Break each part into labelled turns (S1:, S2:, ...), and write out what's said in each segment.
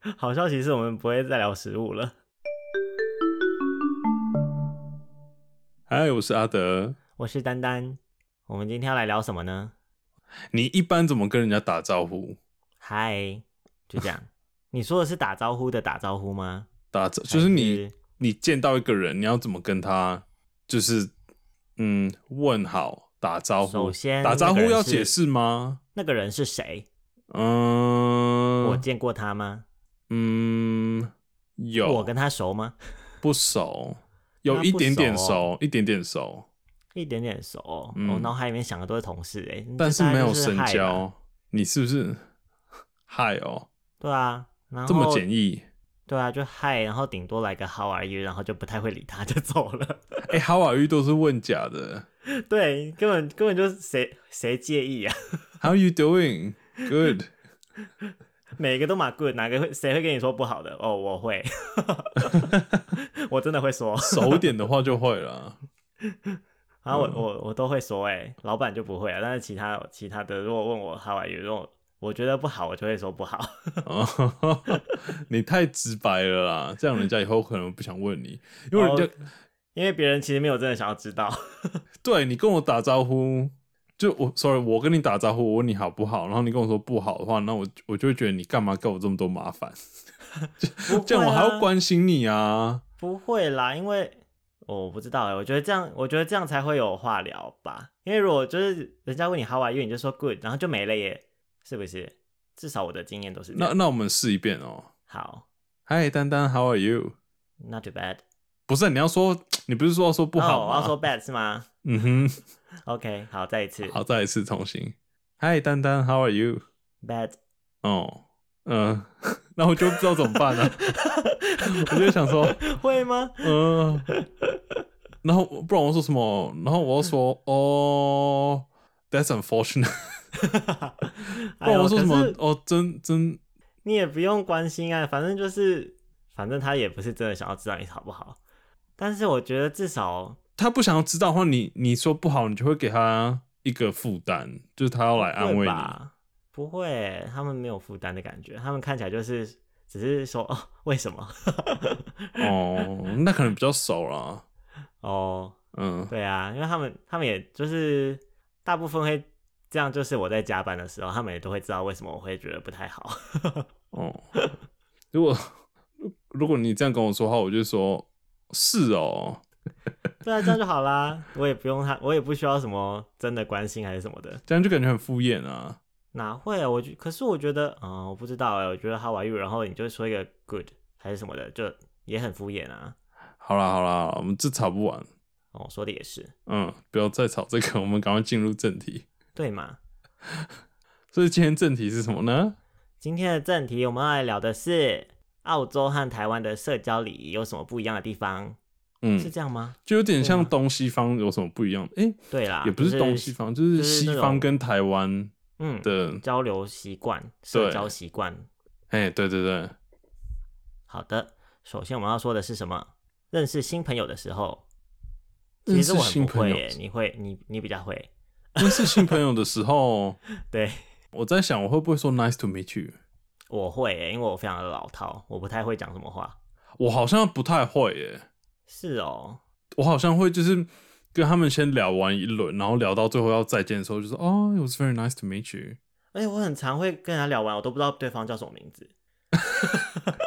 S1: 好消息是我们不会再聊食物了。
S2: 嗨，哎我是阿德。
S1: 我是丹丹，我们今天要来聊什么呢？
S2: 你一般怎么跟人家打招呼？
S1: 嗨，就这样。 你说的是打招呼的打招呼吗？
S2: 打招就是你，你见到一个人，你要怎么跟他？就是嗯，问好，打招呼。
S1: 首先
S2: 打招
S1: 那个
S2: 呼
S1: 人
S2: 要
S1: 是
S2: 解释吗？
S1: 那个人是谁？我
S2: 嗯，
S1: 见过他吗？
S2: 嗯，有
S1: 我跟他熟吗？
S2: 不熟，
S1: 那
S2: 有一
S1: 不
S2: 点点
S1: 熟哦
S2: 熟，一点点熟，
S1: 一点点熟哦。
S2: 嗯
S1: 我脑海里面想的都是同事哎，
S2: 但是
S1: 大概
S2: 没有
S1: 就是
S2: 深
S1: 嗨吧。
S2: 交。你是不是嗨哦？
S1: 对啊，然后
S2: 这么简易？
S1: 对啊，就嗨，然后顶多来个 How are you，然后就不太会理他，就走了。
S2: 哎、哈瓦玉都是问假的。
S1: 对，根本根本就是谁谁介意啊？
S2: How you doing? Good.
S1: 每个都马 good，哪个会谁会跟你说不好的？哦，我会， 我真的会说。
S2: 熟一点的话就会了。
S1: 然后我我我都会说、哎，老板就不会啊，但是其他其他的，如果问我 How are you，如果我觉得不好，我就会说不好。
S2: 哦，你太直白了啦，这样人家以后可能不想问你，因为人家、
S1: 哦因为别人其实没有真的想要知道。
S2: 对你跟我打招呼，就我 sorry，我跟你打招呼，我问你好不好，然后你跟我说不好的话，那我我就会觉得你干嘛给我这么多麻烦？这样我还要
S1: 管？
S2: 关心你啊？
S1: 不会啦，因为、哦我不知道哎、我觉得这样，我觉得这样才会有话聊吧。因为如果就是人家问你 How are you，你就说 Good，然后就没了耶，是不是？至少我的经验都是这
S2: 那
S1: 样。
S2: 那我们试一遍哦。
S1: 好
S2: Hi，丹丹，How are you？
S1: ，Not too bad。
S2: 不是，你要说，你不是说要说不好
S1: 哦
S2: 吗？
S1: 我要说 bad 是吗
S2: 嗯
S1: ？OK，好，再一次
S2: 哼，好，再一次重新。Hi，丹丹，How are you？
S1: bad。
S2: 哦，嗯、 那我就不知道怎么办了、啊 我就想说，
S1: 会吗？
S2: 嗯、然后不然我说什么？然后我要说，哦，That's unfortunate。不
S1: 哎
S2: 然
S1: 呦
S2: 我说什么
S1: 可是？
S2: 哦，真真
S1: 你也不用关心啊，反正就是，反正他也不是真的想要知道你好不好。但是我觉得至少
S2: 他不想要知道的话，你你说不好，你就会给他一个负担，就是他要来安
S1: 会
S2: 慰你。
S1: 吧？不会，他们没有负担的感觉，他们看起来就是只是说 哦，为什么？
S2: 哦，那可能比较熟啦。
S1: 哦，
S2: 嗯，
S1: 对啊，因为他们他们也就是大部分会这样，就是我在加班的时候，他们也都会知道为什么我会觉得不太好。
S2: 哦，如果如果你这样跟我说的话，我就说是哦，
S1: 对啊，这样就好啦，我也不用他，我也不需要什么真的关心还是什么的，
S2: 这样就感觉很敷衍啊。
S1: 哪会啊？我觉可是我觉得，嗯、我不知道哎、我觉得 How are you，然后你就说一个 good 还是什么的，就也很敷衍啊。
S2: 好啦好啦，好啦我们这吵不完，
S1: 哦，说的也是，
S2: 嗯，不要再吵这个，我们赶快进入正题。
S1: 对嘛？
S2: 所以今天正题是什么呢？
S1: 今天的正题，我们要来聊的是澳洲和台湾的社交礼仪有什么不一样的地方，是
S2: 嗯，
S1: 这样吗？
S2: 就有点像
S1: 对啊
S2: 东西方有什么不一样？诶，
S1: 对啦，
S2: 也不是东西，方，就是
S1: 就是那
S2: 西
S1: 种
S2: 方跟台湾
S1: 嗯，
S2: 的，
S1: 交流习惯、社
S2: 对
S1: 交习惯。
S2: 哎，对对对，
S1: 好的，首先我们要说的是什么？认识新朋友的时候，其
S2: 认
S1: 实
S2: 识
S1: 我很
S2: 新
S1: 不
S2: 朋
S1: 会
S2: 友
S1: 耶，，你会，你你比较会，
S2: 认识新朋友的时候，
S1: 对
S2: 我在想我会不会说 nice to meet you？
S1: 我会耶，因为我非常的老套，我不太会讲什么话。
S2: 我好像不太会耶，
S1: 是哦，
S2: 我好像会就是跟他们先聊完一轮，然后聊到最后要再见的时候，就说哦、i t was very nice to meet you。
S1: 而且哎我很常会跟人家聊完，我都不知道对方叫什么名字。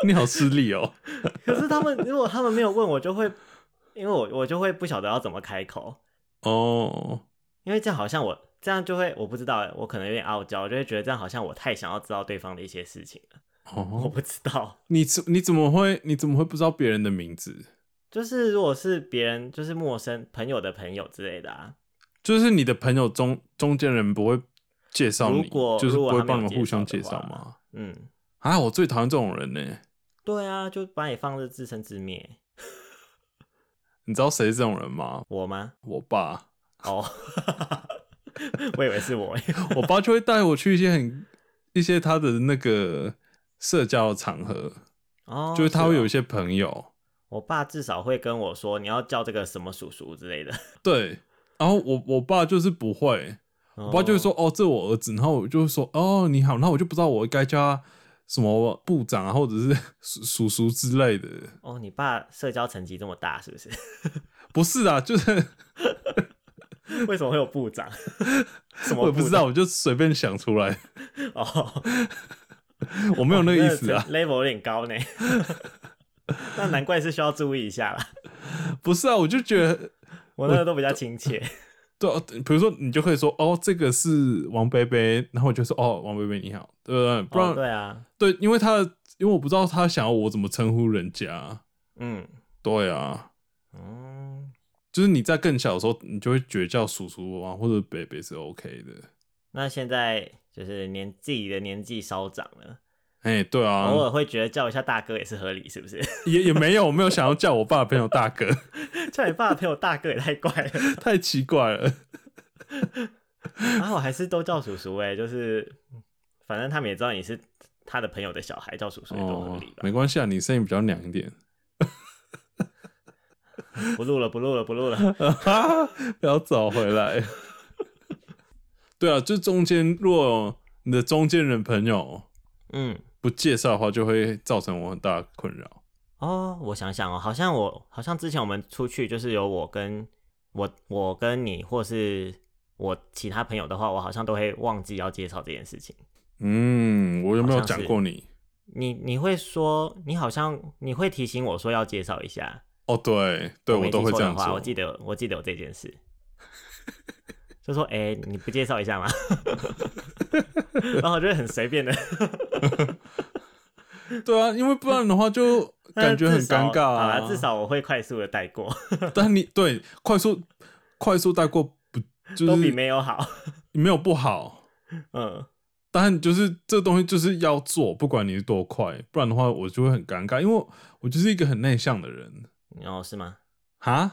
S2: 你好失礼哦。
S1: 可是他们如果他们没有问我，就会因为我我就会不晓得要怎么开口，
S2: 哦，
S1: 因为这样好像我这样就会我不知道欸，我可能有点傲娇，我就会觉得这样好像我太想要知道对方的一些事情了，我
S2: 哦，
S1: 不知道。
S2: 你怎你怎么会你怎么会不知道别人的名字？
S1: 就是如果是别人，就是陌生朋友的朋友之类的啊，
S2: 就是你的朋友中中间人不会介绍你，
S1: 如果
S2: 就是不会帮你
S1: 如果他
S2: 们
S1: 没有
S2: 互相介
S1: 介绍
S2: 绍
S1: 的话
S2: 吗？
S1: 嗯，
S2: 啊，我最讨厌这种人呢。
S1: 对啊，就把你放着自生自灭，
S2: 你知道谁是这种人吗？
S1: 我吗？
S2: 我爸，
S1: 哦， 我以为是我欸，
S2: 我爸就会带我去一些很一些他的那个社交的场合，
S1: 哦，
S2: 就是他会有一
S1: 哦
S2: 些朋友。
S1: 我爸至少会跟我说你要叫这个什么叔叔之类的，
S2: 对，然后我我爸就是不会，
S1: 我
S2: 哦我爸就会说哦这我儿子，然后我就会说哦你好，然后我就不知道我该叫他什么部长啊，或者是 叔叔叔之类的，
S1: 哦，你爸社交层级这么大，是不是？
S2: 不是啊，就是
S1: 为什么会有部长？什么
S2: 我也不
S1: 部
S2: 知道，
S1: 长
S2: 我就随便想出来，
S1: 哦，
S2: 我没有那个意思啊，
S1: ，level 哦有点高呢。 那难怪是需要注意一下啦。
S2: 不是啊，我就觉得
S1: 我那个都比较亲切，
S2: 对啊，比如说你就可以说哦，这个是王贝贝，然后我就说哦，王贝贝你好，对不对？ 不然、
S1: 哦、对啊，
S2: 对因为他的因为我不知道他想要我怎么称呼人家，
S1: 嗯
S2: 对啊，
S1: 嗯，
S2: 就是你在更小的时候，你就会觉得叫叔叔啊或者贝贝是 OK 的，
S1: 那现在就是年自己的年纪稍长了，
S2: 哎，对啊，
S1: 偶尔会觉得叫一下大哥也是合理，是不是？
S2: 也也没有我没有想要叫我爸的朋友大哥，
S1: 叫你爸陪我大哥也太怪了。
S2: 太奇怪了，
S1: 然啊后我还是都叫叔叔哎、就是反正他们也知道你是他的朋友的小孩，叫叔叔也都合
S2: 哦
S1: 理，吧。
S2: 没关系啊，你声音比较娘一点，
S1: 不录了，不录了，不录了。
S2: 不要找回来，对啊，就中间如果你的中间人朋友。
S1: 嗯，
S2: 不介绍的话，就会造成我很大的困扰。
S1: 哦，我想想哦，好像我好像之前我们出去就是有我跟我我跟你或是我其他朋友的话，我好像都会忘记要介绍这件事情。
S2: 嗯，我有没有讲过你？
S1: 你你会说，你好像你会提醒我说要介绍一下，
S2: 哦，对对，
S1: 没
S2: 我都
S1: 记
S2: 会
S1: 错
S2: 这
S1: 的
S2: 样
S1: 话
S2: 做。
S1: 我记得我记得有这件事， 就说哎、你不介绍一下吗？ 然后我就会很随便的，
S2: 对啊，因为不然的话就 感觉很尴尬
S1: 啊。
S2: 啊。
S1: 好啦至少我会快速的带过，
S2: 但你对快速快速带过不就
S1: 都比
S2: 是
S1: 没有好。
S2: 没有不好，
S1: 嗯，
S2: 但就是这东西就是要做，不管你多快，不然的话我就会很尴尬，因为我就是一个很内向的人
S1: 然哦后是吗？
S2: 哈，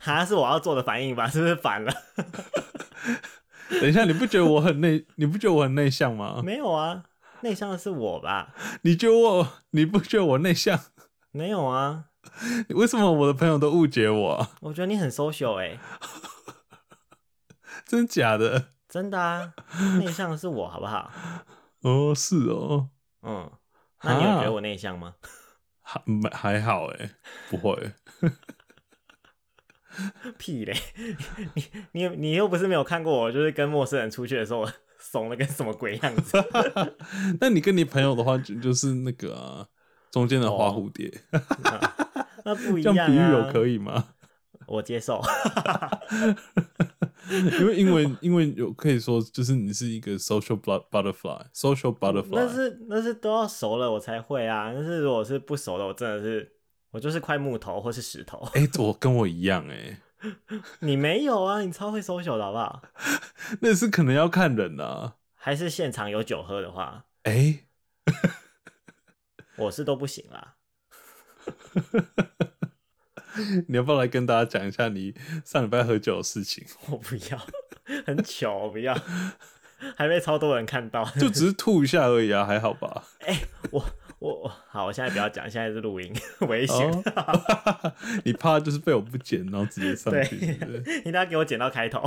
S1: 哈，是我要做的反应吧？是不是反了？
S2: 等一下，你不觉得我很内？你不觉得我很内向吗？
S1: 没有啊，内向的是我吧？
S2: 你觉得我？你不觉得我内向？
S1: 没有啊，
S2: 为什么我的朋友都误解我啊、
S1: 我觉得你很 social 哎、
S2: 真假的？
S1: 真的啊，内向的是我好不好？
S2: 哦，是哦，
S1: 嗯，那你有觉
S2: 啊
S1: 得我内向吗？
S2: 还没还好哎，不会。
S1: 屁嘞！你你你又不是没有看过我，就是跟陌生人出去的时候，我 怂的跟什么鬼样 子。
S2: 那你跟你朋友的话，就就是那个啊、中间的花蝴蝶，
S1: 那哦不一
S2: 这
S1: 样
S2: 样比喻有
S1: 啊！
S2: 可以吗？
S1: 我接受。
S2: 因为因为因为有可以说，就是你是一个 social blu- butterfly，social
S1: 那
S2: butterfly。
S1: 是那是都要熟了我才会啊，但是如果是不熟的，我真的是我就是块木头或是石头。
S2: 哎、我跟我一样哎、
S1: 你没有啊，你超会 social 的好不好？
S2: 那是可能要看人啊。
S1: 还是现场有酒喝的话，
S2: 哎、
S1: 我是都不行啦。
S2: 你要不要来跟大家讲一下你上礼拜喝酒的事情？
S1: 我不要， 很糗，我不要，还被超多人看到。
S2: 就只是吐一下而已啊，还好吧？
S1: 我 我我好，我现在不要讲，现在是录音， 危险。
S2: 哦，你怕就是被我不剪，然后直接上
S1: 对
S2: 去，对不 对？
S1: 你等下给我剪到开 头。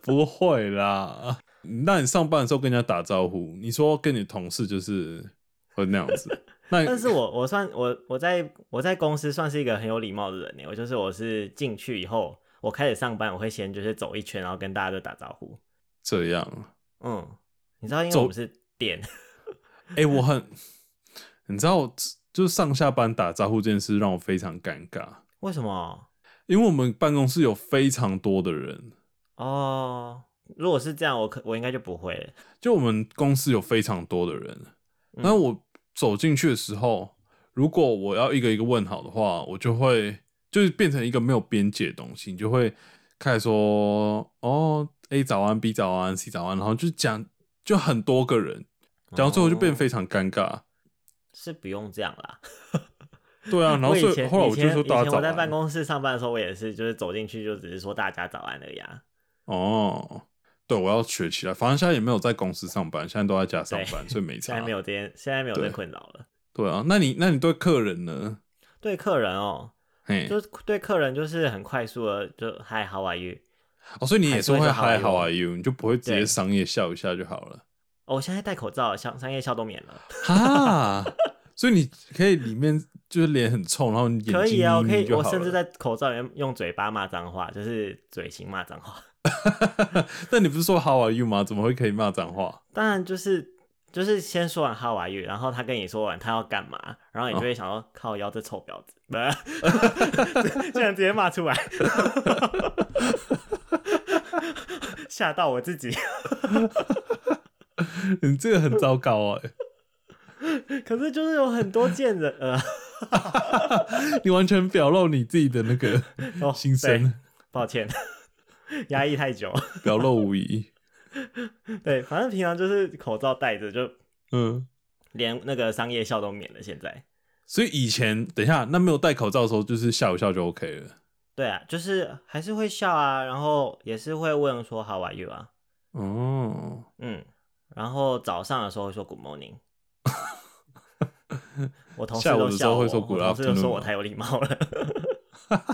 S2: 不会啦。那你上班的时候跟人家打招呼，你说跟你同事就是会那样子，那
S1: 但是我我算我我在我在公司算是一个很有礼貌的人呢。欸我就是我是进去以后，我开始上班，我会先就是走一圈，然后跟大家都打招呼。
S2: 这样，
S1: 嗯，你知道，因为
S2: 走
S1: 我们是店，
S2: 哎、我很，你知道，就是上下班打招呼这件事让我非常尴尬，
S1: 为什么？
S2: 因为我们办公室有非常多的人，
S1: 哦，如果是这样，我可我应该就不会了。
S2: 就我们公司有非常多的人，
S1: 嗯
S2: 那我走进去的时候，如果我要一个一个问好的话，我就会就是变成一个没有边界的东西，你就会开始说哦，A 早安，B 早安，C 早安，然后就讲就很多个人，讲到最后就变得
S1: 哦
S2: 非常尴尬。
S1: 是不用这样啦。
S2: 对啊，然后
S1: 我
S2: 所
S1: 以
S2: 以
S1: 前
S2: 后来
S1: 以
S2: 我就
S1: 前
S2: 说大
S1: 以
S2: 家
S1: 前
S2: 早
S1: 我在办
S2: 安。
S1: 公室上班的时候，我也是，就是走进去就只是说大家早安而已啊。
S2: 哦，对，我要学起来。反正现在也没有在公司上班，现在都在家上班，所以没
S1: 现
S2: 差
S1: 在。没有这件，现在没有这
S2: 对
S1: 困扰了。
S2: 对啊，那你那你对客人呢？
S1: 对客人哦，
S2: 嘿，
S1: 就是对客人就是很快速的就 Hi How are you？
S2: 哦，所以你也
S1: 还
S2: 是
S1: 是
S2: 会
S1: 会说
S2: Hi
S1: How are
S2: How
S1: you
S2: are you，你就不会直接
S1: 对
S2: 商业笑一下就好了。
S1: 哦，我现在戴口罩，商商业笑都免了。
S2: 哈，所以你可以里面就是脸很臭，然后你眼睛
S1: 可以啊，我可
S2: 眯眯
S1: 以，
S2: 就好
S1: 我
S2: 了
S1: 甚至在口罩里面用嘴巴骂脏话，就是嘴型骂脏话。
S2: 但你不是说 How are you 吗？怎么会可以骂脏话？
S1: 当然就是就是先说完 How are you，然后他跟你说完他要干嘛，然后你就
S2: 哦
S1: 会想说、靠腰这臭婊子，不是， 竟然直接骂出来，吓到我自己。
S2: 你这个很糟糕哎、
S1: 可是就是有很多贱人，呃，
S2: 你完全表露你自己的那 个
S1: 哦，
S2: 心声
S1: 对，抱歉， 压抑太久。
S2: 表露无遗。
S1: 对，反正平常就是口罩戴着，就
S2: 嗯，
S1: 连那个商业笑都免了。现在，
S2: 所以以前等一下，那没有戴口罩的时候，就是笑一笑就 OK 了。
S1: 对啊，就是还是会笑啊，然后也是会问说 How are you 啊，
S2: 哦，
S1: 嗯，然后早上的时候会说 Good morning。我同事
S2: 下午
S1: 都
S2: 的时
S1: 笑
S2: 候
S1: 我，
S2: 会说
S1: 我
S2: good
S1: 同事就
S2: afternoon
S1: 说
S2: 吗
S1: 我太有礼貌了。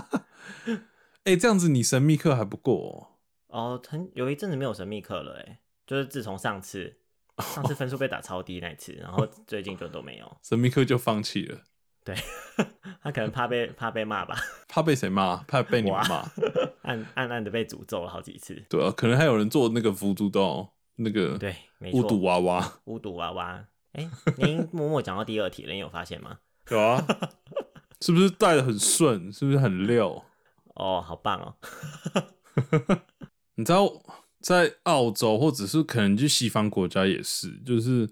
S2: 哎、这样子你神秘课还不过、
S1: 哦，很有一阵子没有神秘课了，哎，就是自从上次，上次分数被打超低那一次，然后最近就都没有
S2: 哦。，神秘课就放弃了，
S1: 他可能怕被怕被骂吧，
S2: 怕被谁骂？怕被你们
S1: 哇
S2: 骂？
S1: 暗暗暗的被诅咒了好几次。
S2: 对啊，可能还有人做那个浮屠豆，那个
S1: 对，没错，
S2: 巫毒娃娃。
S1: 巫毒娃娃。哎，您默默讲到第二题了，你有发现吗？
S2: 有啊， 是不是戴的很顺？是不是很溜？
S1: 哦，好棒哦！
S2: 你知道，在澳洲或者是可能去西方国家也是，就是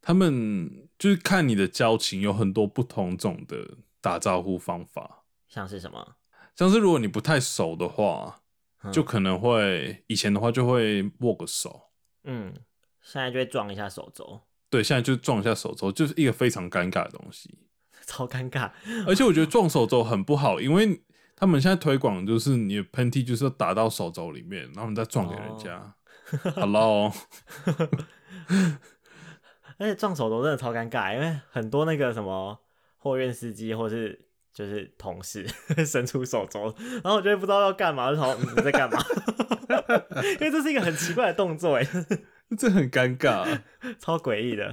S2: 他们就是看你的交情，有很多不同种的打招呼方法。
S1: 像是什么？
S2: 像是如果你不太熟的话，
S1: 嗯
S2: 就可能会以前的话就会握个手，
S1: 嗯，现在就会撞一下手肘，
S2: 对，现在就撞一下手肘，就是一个非常尴尬的东西。
S1: 超尴尬。
S2: 而且我觉得撞手肘很不好，因为他们现在推广就是你的喷嚏就是要打到手肘里面，然后你再撞给人家。Hello，
S1: 而且撞手肘真的超尴尬，因为很多那个什么货运司机或是就是同事 伸出手肘，然后我就会不知道要干嘛，就想说嗯你在干嘛？ 因为这是一个很奇怪的动作，哎，
S2: 这很尴尬。
S1: 超诡异的。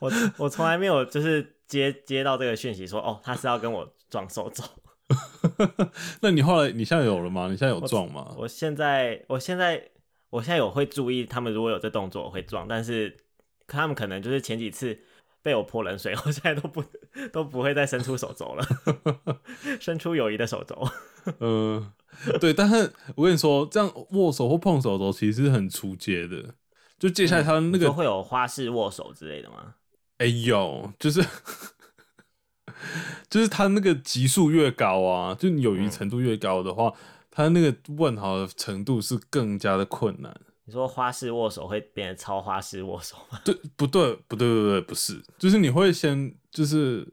S1: 我我从来没有就是接接到这个讯息说哦，他是要跟我撞手肘。
S2: 那你后来你现在有了吗？你现在有撞吗？
S1: 我现在我现在我现在有会注意他们如果有这动作我会撞，但是他们可能就是前几次被我泼冷水， 我现在都不都不会再伸出手肘了， 伸出友谊的手肘。
S2: 嗯、对。但是我跟你说，这样握手或碰手肘其实是很出街的。就接下来他那
S1: 你
S2: 个
S1: 说会有花式握手之类的吗？
S2: 哎呦，就是 就是他那个级数越高啊，就你友谊程度越高的话，他那个问好的程度是更加的困难。
S1: 你说花式握手会变成超花式握手吗？
S2: 对，不对，不对，不对，不是，就是你会先就是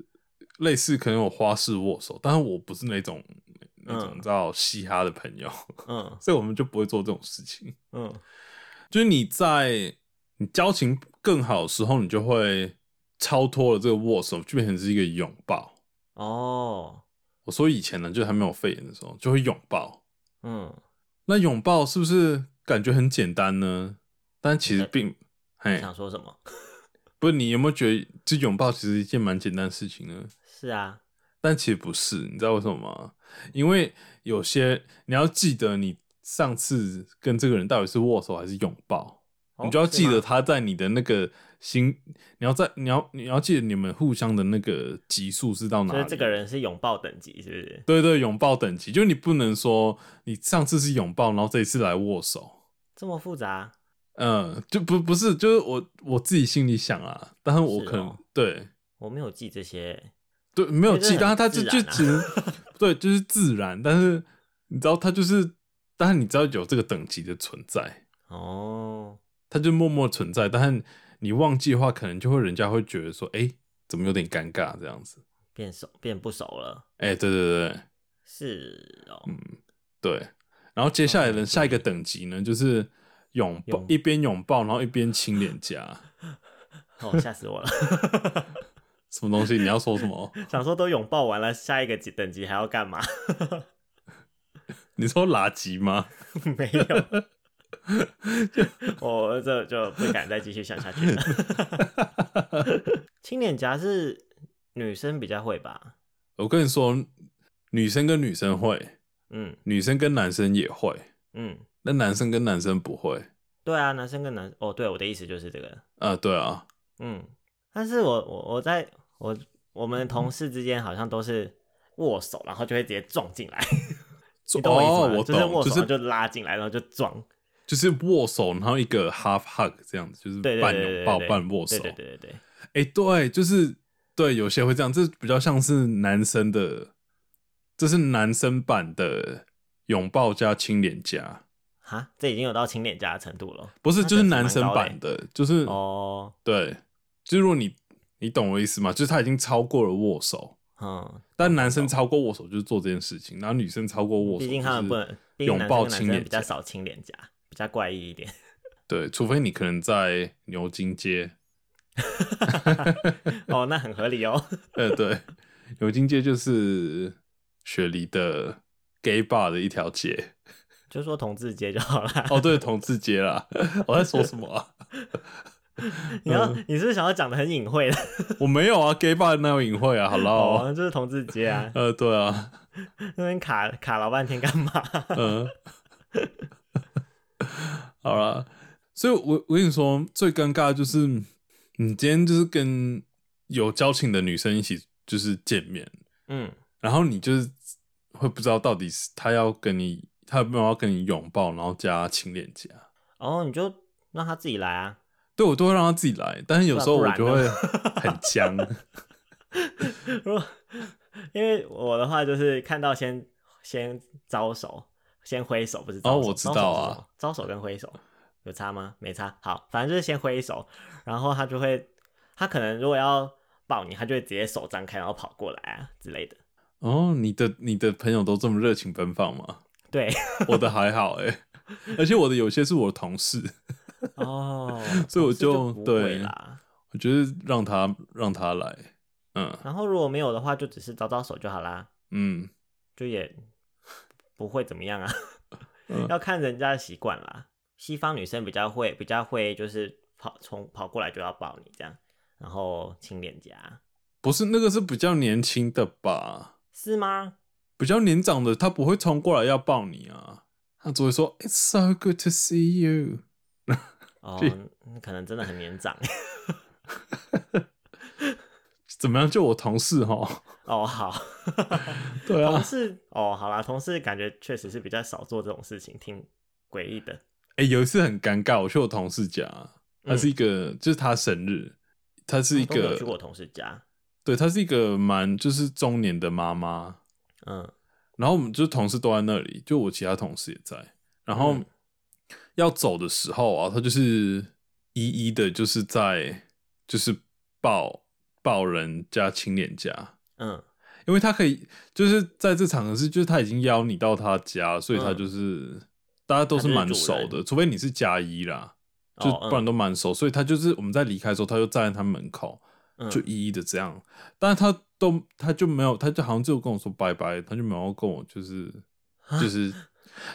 S2: 类似可能有花式握手，但是我不是那种那种
S1: 嗯
S2: 你知道嘻哈的朋友，
S1: 嗯
S2: 所以我们就不会做这种事情。
S1: 嗯
S2: 就是你在你交情更好的时候，你就会超脱了这个握手，就变成是一个拥抱。
S1: 哦
S2: 我说以前呢，就是还没有肺炎的时候，就会拥抱。
S1: 嗯，
S2: 那拥抱是不是感觉很简单呢？但其实并，
S1: 你
S2: 嘿，
S1: 想说什么？
S2: 不是你有没有觉得这拥抱其实一件蛮简单的事情呢？
S1: 是啊，
S2: 但其实不是，你知道为什么吗？因为有些你要记得你上次跟这个人到底是握手还是拥抱，
S1: 哦
S2: 你就要记
S1: 是
S2: 得
S1: 吗
S2: 他在你的那个心，你要在你要你要记得你们互相的那个级数是到哪
S1: 就
S2: 里。
S1: 是这个人是拥抱等级，是不是？
S2: 对对，拥抱等级，就你不能说你上次是拥抱，然后这一次来握手，
S1: 这么复杂？
S2: 嗯，就不不是，就是我我自己心里想啊，但是我
S1: 是
S2: 可能、
S1: 哦
S2: 对
S1: 我没有记这些。
S2: 对没有
S1: 因为这
S2: 记，
S1: 很
S2: 但是他
S1: 自
S2: 就就
S1: 然啊
S2: 只能 对就是自然，但是你知道他就是，但是你知道有这个等级的存在，
S1: 哦，
S2: 他就默默存在，但是你忘记的话，可能就会人家会觉得说，哎、怎么有点尴尬这样子，
S1: 变熟变不熟了，
S2: 哎、对对对对。
S1: 是哦，
S2: 嗯对，然后接下来的
S1: 哦
S2: 下一个等级呢，就是拥抱，
S1: 拥
S2: 一边拥抱，然后一边亲脸颊，
S1: 哦，吓死我了！
S2: 什么东西？你要说什么？
S1: 想说都拥抱完了，下一个级等级还 要干嘛？
S2: 你说垃圾吗？
S1: 没有， 我这就不敢再继续想下去了。 亲脸颊是女生比较会吧？
S2: 我跟你说，女生跟女生会，
S1: 嗯
S2: 女生跟男生也会，
S1: 嗯，
S2: 但男生跟男生不会。
S1: 对啊，男生跟男哦，对，我的意思就是这个，
S2: 啊，对啊，
S1: 嗯。但是我我我在我我们同事之间好像都是握手，然后就会直接撞进来， 你懂我意思
S2: 哦
S1: 吗？，
S2: 我
S1: 就是握
S2: 懂，
S1: 手然后
S2: 就是
S1: 就拉进来，然后就撞，
S2: 就是握手，然后一个 half hug 这样子，就是
S1: 对对
S2: 半
S1: 对对
S2: 拥
S1: 对
S2: 抱
S1: 对
S2: 半握手
S1: 对。对对对对，
S2: 哎、对，就是对，有些会这样，这比较像是男生的，这是男生版的拥抱加亲脸颊，
S1: 哈，这已经有到亲脸颊的程度了。
S2: 不是，
S1: 那
S2: 就是
S1: 等级蛮
S2: 男生
S1: 高的
S2: 版
S1: 欸
S2: 的，就是
S1: 哦，
S2: 对，就是如果你你懂我意思吗？就是他已经超过了握手，
S1: 嗯，
S2: 但男生超过握手就是做这件事情，然后女生超过握手，
S1: 毕竟他们不能，毕竟
S2: 拥
S1: 男生
S2: 抱
S1: 跟男
S2: 亲
S1: 生
S2: 脸
S1: 比较
S2: 颊，
S1: 少亲脸颊，比较怪异一点。
S2: 对，除非你可能在牛津街，
S1: 哦，那很合理哦。
S2: 呃，对，牛津街就是雪梨的 gay bar 的一条街。
S1: 就说同志街就好了。
S2: 哦，对，同志节啦，我在说什么啊？嗯
S1: 你要你是不是想要讲的很隐晦的？
S2: 我没有啊，gay bar 那有隐晦啊，好啦、
S1: 哦，就是同志街啊，
S2: 呃，对啊，
S1: 那边卡卡老半天干嘛？
S2: 嗯、好啦，所以我我跟你说，最尴尬的就是嗯你今天就是跟有交情的女生一起就是见面，
S1: 嗯，
S2: 然后你就是会不知道到底是她要跟你，她有没有要跟你拥抱，然后加亲脸颊。
S1: 哦，你就让他自己来啊。
S2: 对，我都会让她自己来，但是有时候
S1: 不
S2: 我
S1: 然
S2: 就
S1: 不
S2: 会
S1: 然
S2: 很 僵。
S1: 如果因为我的话就是看到先先招手，先挥手，不是招手
S2: 哦我知道啊，
S1: 招手是什么招手跟挥手有差吗？没差。好，反正就是先挥手，然后他就会，他可能如果要抱你，他就会直接手张开，然后跑过来啊之类的。
S2: 哦，你的你的朋友都这么热情奔 放吗？
S1: 对，
S2: 我的还好哎、而且我的有些是我的同事，
S1: 哦，
S2: 所以
S1: 同
S2: 我
S1: 事就
S2: 就
S1: 不会
S2: 对
S1: 啦。
S2: 我觉得让他让他来，嗯
S1: 然后如果没有的话，就只是招招手就好啦，
S2: 嗯，
S1: 就也不会怎么样啊，
S2: 嗯
S1: 要看人家的习惯啦。西方女生比较会，比较会就是跑从跑过来就要抱你这样，然后亲脸颊，
S2: 不是那个是比较年轻的吧？
S1: 是吗？
S2: 比较年长的他不会冲过来要抱你啊，他只会说 "It's so good to see you"，
S1: 哦
S2: 对，
S1: 那可能真的很年长
S2: 怎么样？就我同事哈，
S1: 哦。好，
S2: 对
S1: 同
S2: 啊，
S1: 事哦，好啦，同事感觉确实是比较少做这种事情，挺诡异的。
S2: 哎、有一次很尴尬，我去我同事家，他是一个、就是他生日，他是
S1: 嗯
S2: 一
S1: 哦我都没有
S2: 个
S1: 去过我同事家，
S2: 对，她是一个蛮就是中年的妈妈，
S1: 嗯
S2: 然后我们就同事都在那里，就我其他同事也在。然后
S1: 嗯
S2: 要走的时候啊，她就是一一的，就是在就是抱抱人家亲脸颊，
S1: 嗯，
S2: 因为她可以就是在这场合是就是她已经邀你到她家，所以她
S1: 嗯
S2: 就是、大家都是蛮
S1: 她就是主
S2: 熟
S1: 人
S2: 的，除非你是加一啦，就
S1: 哦
S2: 不然
S1: 嗯
S2: 都蛮熟，所以她就是我们在离开的时候，她就站在她门口。
S1: 嗯
S2: 就一一的这样，但是他都他就没有，他就好像只有跟我说拜拜，他就没有跟我就是
S1: 啊
S2: 就是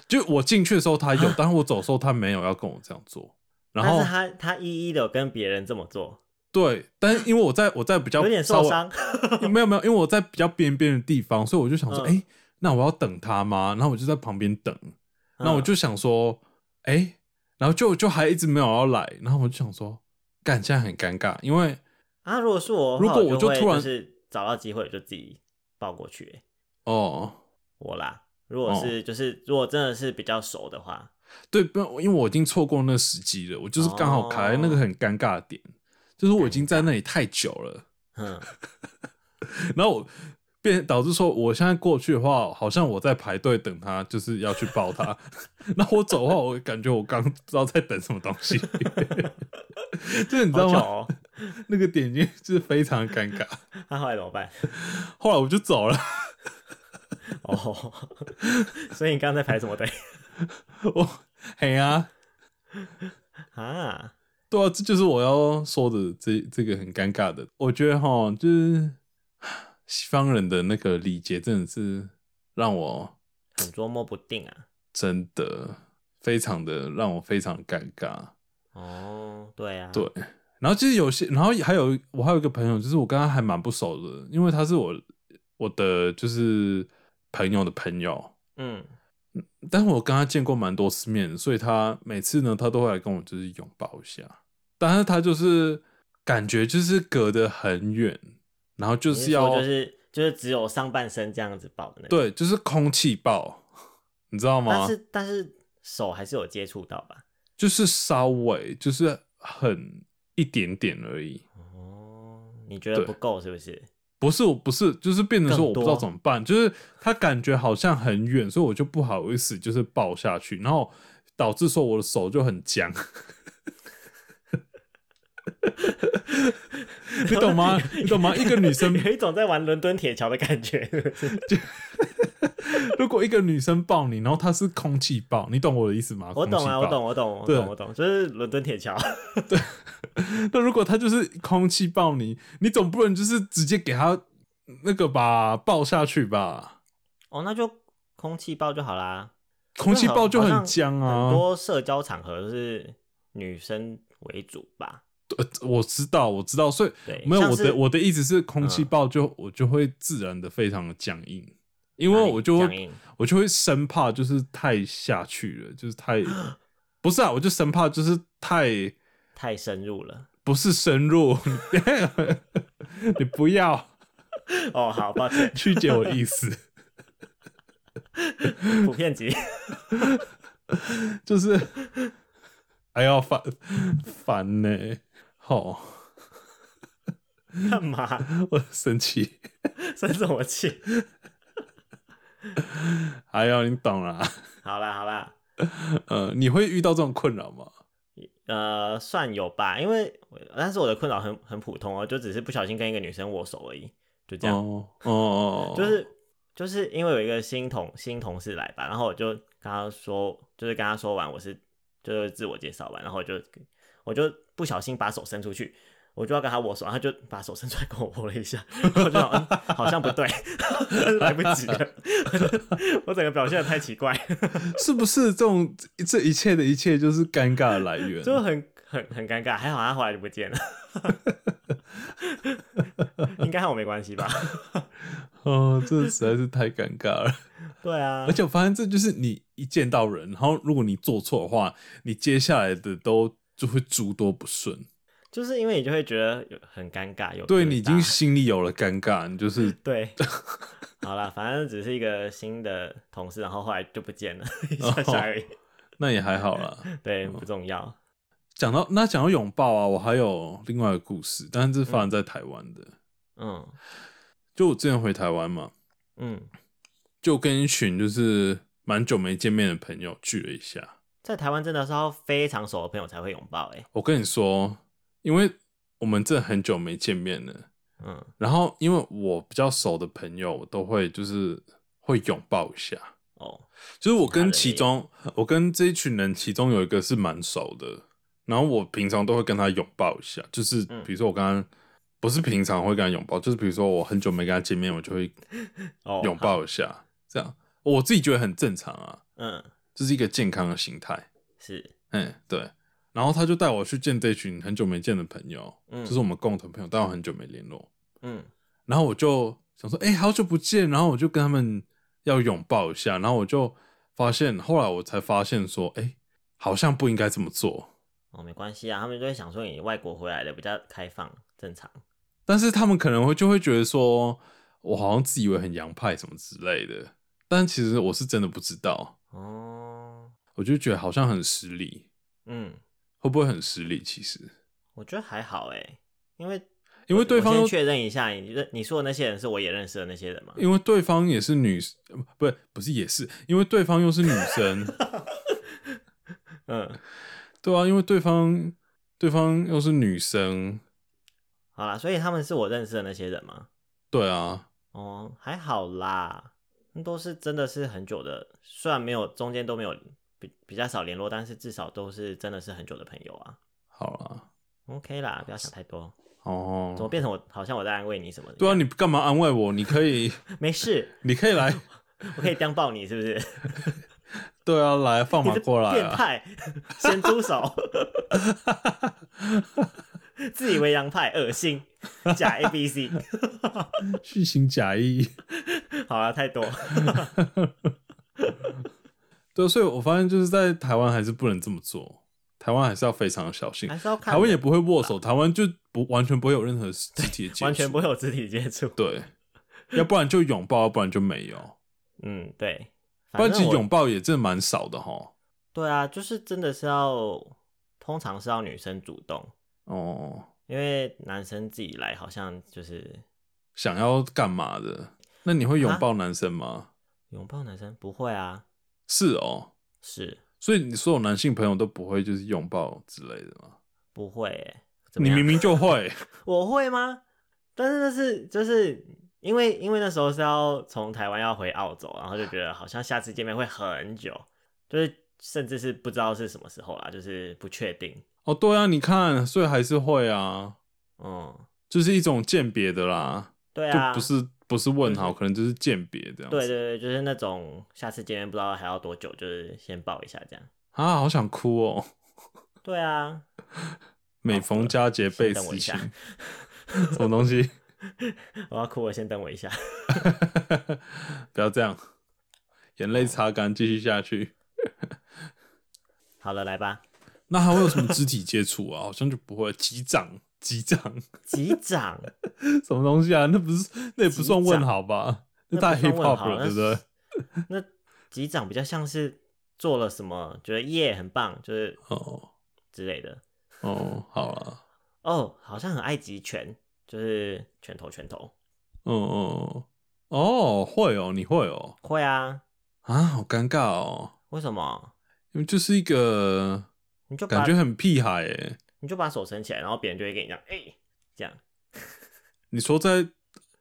S2: 就我进去的时候他 有，但是我走的时候他没有要跟我这样做。然
S1: 但
S2: 后
S1: 是他他一一的跟别人这么做，
S2: 对，但是因为我在我在比较
S1: 有点
S2: 稍
S1: 受
S2: 微，
S1: 伤。
S2: 没有没有，因为我在比较边边的地方，所以我就想说，哎、
S1: 嗯
S2: 那我要等他吗？然后我就在旁边等，那我
S1: 嗯
S2: 就想说，哎、然后就就还一直没有要来，然后我就想说，干，现在很尴尬，因为
S1: 啊，如果是我的
S2: 如
S1: 话，
S2: 果
S1: 我
S2: 我就
S1: 会
S2: 突然
S1: 就是找到机会，我就自己抱过去、欸
S2: 哦，
S1: 我啦，如果是、就是如果真的是比较熟的话，
S2: 对，不，因为我已经错过那时机了，我就是刚好卡在那个
S1: 哦
S2: 很尴尬的点，就是我已经在那里太久了，
S1: 嗯，
S2: 然后我变导致说，我现在过去的话，好像我在排队等他，就是要去 抱他，那我走的话，我感觉我刚不知道在等什么东 西，就是 你知
S1: 好
S2: 道
S1: 久
S2: 吗？
S1: 哦，
S2: 那个点已经就是非常尴尬，
S1: 那、后来怎么办？
S2: 后来我就走了，
S1: 哦， 所以你刚刚在排什么队
S2: 我嘿啊，
S1: 啊？
S2: 对啊，这就是我要说的这这个很尴尬的。我觉得哈，就是 西方人的那个礼节真的是让我
S1: 很捉摸不定啊，
S2: 真的非常的让我非常尴尬。
S1: 哦，对啊，
S2: 对然后其实有些，然后还有我还有一个朋友，就是我跟他还蛮不熟的，因为他是我我的就是朋友的朋友，
S1: 嗯，
S2: 但是我跟他见过蛮多次面，所以他每次呢，他都会来跟我就是拥抱一下，但是他就是感觉就是隔得很远，然后就
S1: 你
S2: 是
S1: 说
S2: 要
S1: 就是就是只有上半身这样子抱的那种。
S2: 对，就是空气抱，你知道吗
S1: 但？是但是手还是有接触到吧？
S2: 就是稍微就是很一点点而已，
S1: 哦，你觉得
S2: 对
S1: 不够是不是？
S2: 不是，我不是，就是变成说
S1: 更
S2: 我不知道
S1: 多
S2: 怎么办，就是他感觉好像很远，所以我就不好意思就是抱下去，然后导致说我的手就很僵， 你懂吗？你懂吗？一个女生
S1: 有一种在玩伦敦铁桥的感觉，是不是
S2: 如果一个女生抱你，然后她是空气抱，你懂我的意思吗？
S1: 我懂啊，
S2: 空
S1: 我
S2: 气抱
S1: 懂，。我懂，我
S2: 对
S1: 懂，我懂，就是伦敦铁桥。
S2: 那如果她就是空气抱你，你总不能就是直接给她那个吧抱下去吧？
S1: 哦，那就空气抱就好啦。
S2: 空气抱就
S1: 好
S2: 很
S1: 像
S2: 僵
S1: 很
S2: 啊！
S1: 多社交场合都是女生为主吧？
S2: 我知道，我知道，所以
S1: 对，
S2: 没有
S1: 像
S2: 我
S1: 是
S2: 的我的意思是，空气
S1: 嗯
S2: 爆就、我就会自然的非常的僵硬，因为
S1: 哪里
S2: 我就
S1: 僵
S2: 会
S1: 硬
S2: 我就会生怕就是太下去了，就是 太不是啊，我就生怕就是太
S1: 太深入了。
S2: 不是深入， 你不要你不要，
S1: 哦，好，抱歉
S2: 曲解我的意思，
S1: 普遍级。
S2: 就是哎呀烦烦呢，好，
S1: 干嘛
S2: 我生气，
S1: 生什么气？
S2: 哎呀你懂啦，
S1: 好啦，好啦，
S2: 呃，你会遇到这种困扰吗？
S1: 呃，算有吧，因为但是我的困扰很很普通哦，就只是不小心跟一个女生握手而已，就这样。
S2: 哦哦哦，哦
S1: 就是就是因为有一个新同新同事来吧，然后我就跟他说，就是跟他说完我是就是自我介绍完，然后我就我就不小心把手伸出去。我就要跟他握手，然后他就把手伸出来跟我握了一下， 然后我就想、嗯、好像不对， 来不及了，我整个表现的太奇怪，
S2: 是不是这种这一切的一切就是尴尬的来源？
S1: 就很很很尴尬。还好他后来就不见了， 应该和我没关系吧？
S2: 哦，这实在是太尴尬了。
S1: 对啊，
S2: 而且我发现这就是你一见到人，然后如果你做错的话，你接下来的都就会诸多不顺。
S1: 就是因为你就会觉得有很尴尬，有
S2: 对
S1: 疙
S2: 你已
S1: 瘩
S2: 经心里有了尴尬，你就是
S1: 对， 好啦，反正只是一个新的同事，然后后来就不见了，一
S2: 哦
S1: 下下而已。
S2: 那也还好啦。
S1: 对，不重要。
S2: 讲到那讲到拥抱啊，我还有另外一个故事，但是这发生在台湾的。
S1: 嗯
S2: 就我之前回台湾嘛，
S1: 嗯，
S2: 就跟一群就是蛮久没见面的朋友聚了一下，
S1: 在台湾真的是要非常熟的朋友才会拥抱、欸，哎，
S2: 我跟你说，哦因为我们真的很久没见面了。
S1: 嗯
S2: 然后，因为我比较熟的朋友，我都会就是会拥抱一下。
S1: 哦，
S2: 就是我
S1: 其他人
S2: 跟
S1: 也
S2: 其中，我跟这一群人其中有一个是蛮熟的，然后我平常都会跟他拥抱一下。就是
S1: 嗯
S2: 比如说我跟他，不是平常会跟他拥抱，就是比如说我很久没跟他见面，我就会
S1: 哦
S2: 拥抱一下。这样我自己觉得很正常啊，
S1: 嗯，
S2: 这是一个健康的心态。
S1: 是，
S2: 嗯，对。然后他就带我去见这群很久没见的朋友，
S1: 嗯
S2: 就是我们共同朋友，但我很久没联络。
S1: 嗯
S2: 然后我就想说，哎、好久不见，然后我就跟他们要拥抱一下。然后我就发现，后来我才发现说，哎、好像不应该这么做。
S1: 哦，没关系啊，他们就会想说你外国回来的比较开放，正常。
S2: 但是他们可能会就会觉得说，我好像自以为很洋派什么之类的，但其实我是真的不知道，
S1: 哦，
S2: 我就觉得好像很失礼，
S1: 嗯，
S2: 会不会很失礼？其实，
S1: 我觉得还好、欸，哎，因为
S2: 因为
S1: 我
S2: 对
S1: 我
S2: 方
S1: 先
S2: 都
S1: 确认一下，你认你说的那些人是我也认识的那些人吗？
S2: 因为对方也是女，呃不是不是也是，因为对方又是女生，
S1: 嗯，
S2: 对啊，因为对方对方又是女生，
S1: 好啦，所以他们是我认识的那些人吗？
S2: 对啊，
S1: 哦，还好啦，那都是真的是很久的，虽然没有中间都没有比比较少联络，但是至少都是真的是很久的朋友啊。
S2: 好啦，
S1: OK 啦，不要想太多。怎么
S2: 哦，
S1: 变成我好像我在安慰你什么的？
S2: 对啊，你干嘛安 慰我？你可以，
S1: 没事，
S2: 你可以来，
S1: 我可以当抱你是不是？
S2: 对啊，来放
S1: 你
S2: 马
S1: 这
S2: 过来
S1: 变
S2: 啊！
S1: 态，咸猪手， 自以为洋派，恶心，假 A B C，
S2: 虚情假意。
S1: 好了，太 多，
S2: 对，所以我发现就是在台湾还是不能这么做，台湾还是要非常小心
S1: 还。是要看啊
S2: 台湾也不会握手，台湾就不完全不会有任何肢体的接触，
S1: 完全不会有肢体接触。
S2: 对，要不然就拥抱，要不然就没有，
S1: 嗯，对，
S2: 不然
S1: 反
S2: 其
S1: 正
S2: 实
S1: 我
S2: 拥抱也真的蛮少的哈。
S1: 对啊，就是真的是要，通常是要女生主动，
S2: 哦，
S1: 因为男生自己来好像就是
S2: 想要干嘛的？那你
S1: 啊
S2: 会拥抱男生吗？
S1: 拥抱男生不会啊，
S2: 是哦，
S1: 是
S2: 所以你所有男性朋友都不会就是拥抱之类的吗？
S1: 不会、欸。怎么
S2: 你
S1: 样
S2: 明明 就会
S1: 我会吗？但是那是就是因为因为那时候是要从台湾要回澳洲，然后就觉得好像下次见面会很久，就是甚至是不知道是什么时候啦，就是不确定。
S2: 哦，对啊，你看，所以还是会啊，
S1: 嗯，
S2: 就是一种鉴别的啦，
S1: 对啊，
S2: 就不是不是问号，可能就是鉴别这样子。
S1: 对对对，就是那种下次见面不知道还要多久，就是先抱一下这样。
S2: 啊，好想哭哦！
S1: 对啊，
S2: 每逢佳节倍
S1: 先等我
S2: 思
S1: 一
S2: 亲，
S1: 下，
S2: 什么东西？
S1: 我要哭了，先等我一下。
S2: 不要这样，眼泪擦干，继续下去。
S1: 好了，来吧，
S2: 那还会有什么肢体接触啊？好 像就不会，击掌， 击掌，
S1: 击掌，
S2: 什么东西啊？那不是，那也不算
S1: 击
S2: 问
S1: 掌
S2: 好吧？
S1: 那
S2: 太
S1: 不算
S2: hip
S1: 问
S2: hop
S1: 好
S2: 了，
S1: 那
S2: 对不对？
S1: 那击掌比较像是做了什么，觉得耶很棒，就是
S2: 哦
S1: 之类的。
S2: 哦，好了，
S1: 哦，好像很爱击拳，就是拳头拳头。
S2: 嗯嗯嗯哦，会哦，你会哦，
S1: 会啊，
S2: 啊，好尴尬哦，
S1: 为什么？
S2: 因为就是一个
S1: 你就把
S2: 感觉很屁孩诶。
S1: 你就把手伸起来，然后别人就会给你这样，哎、这样。
S2: 你说在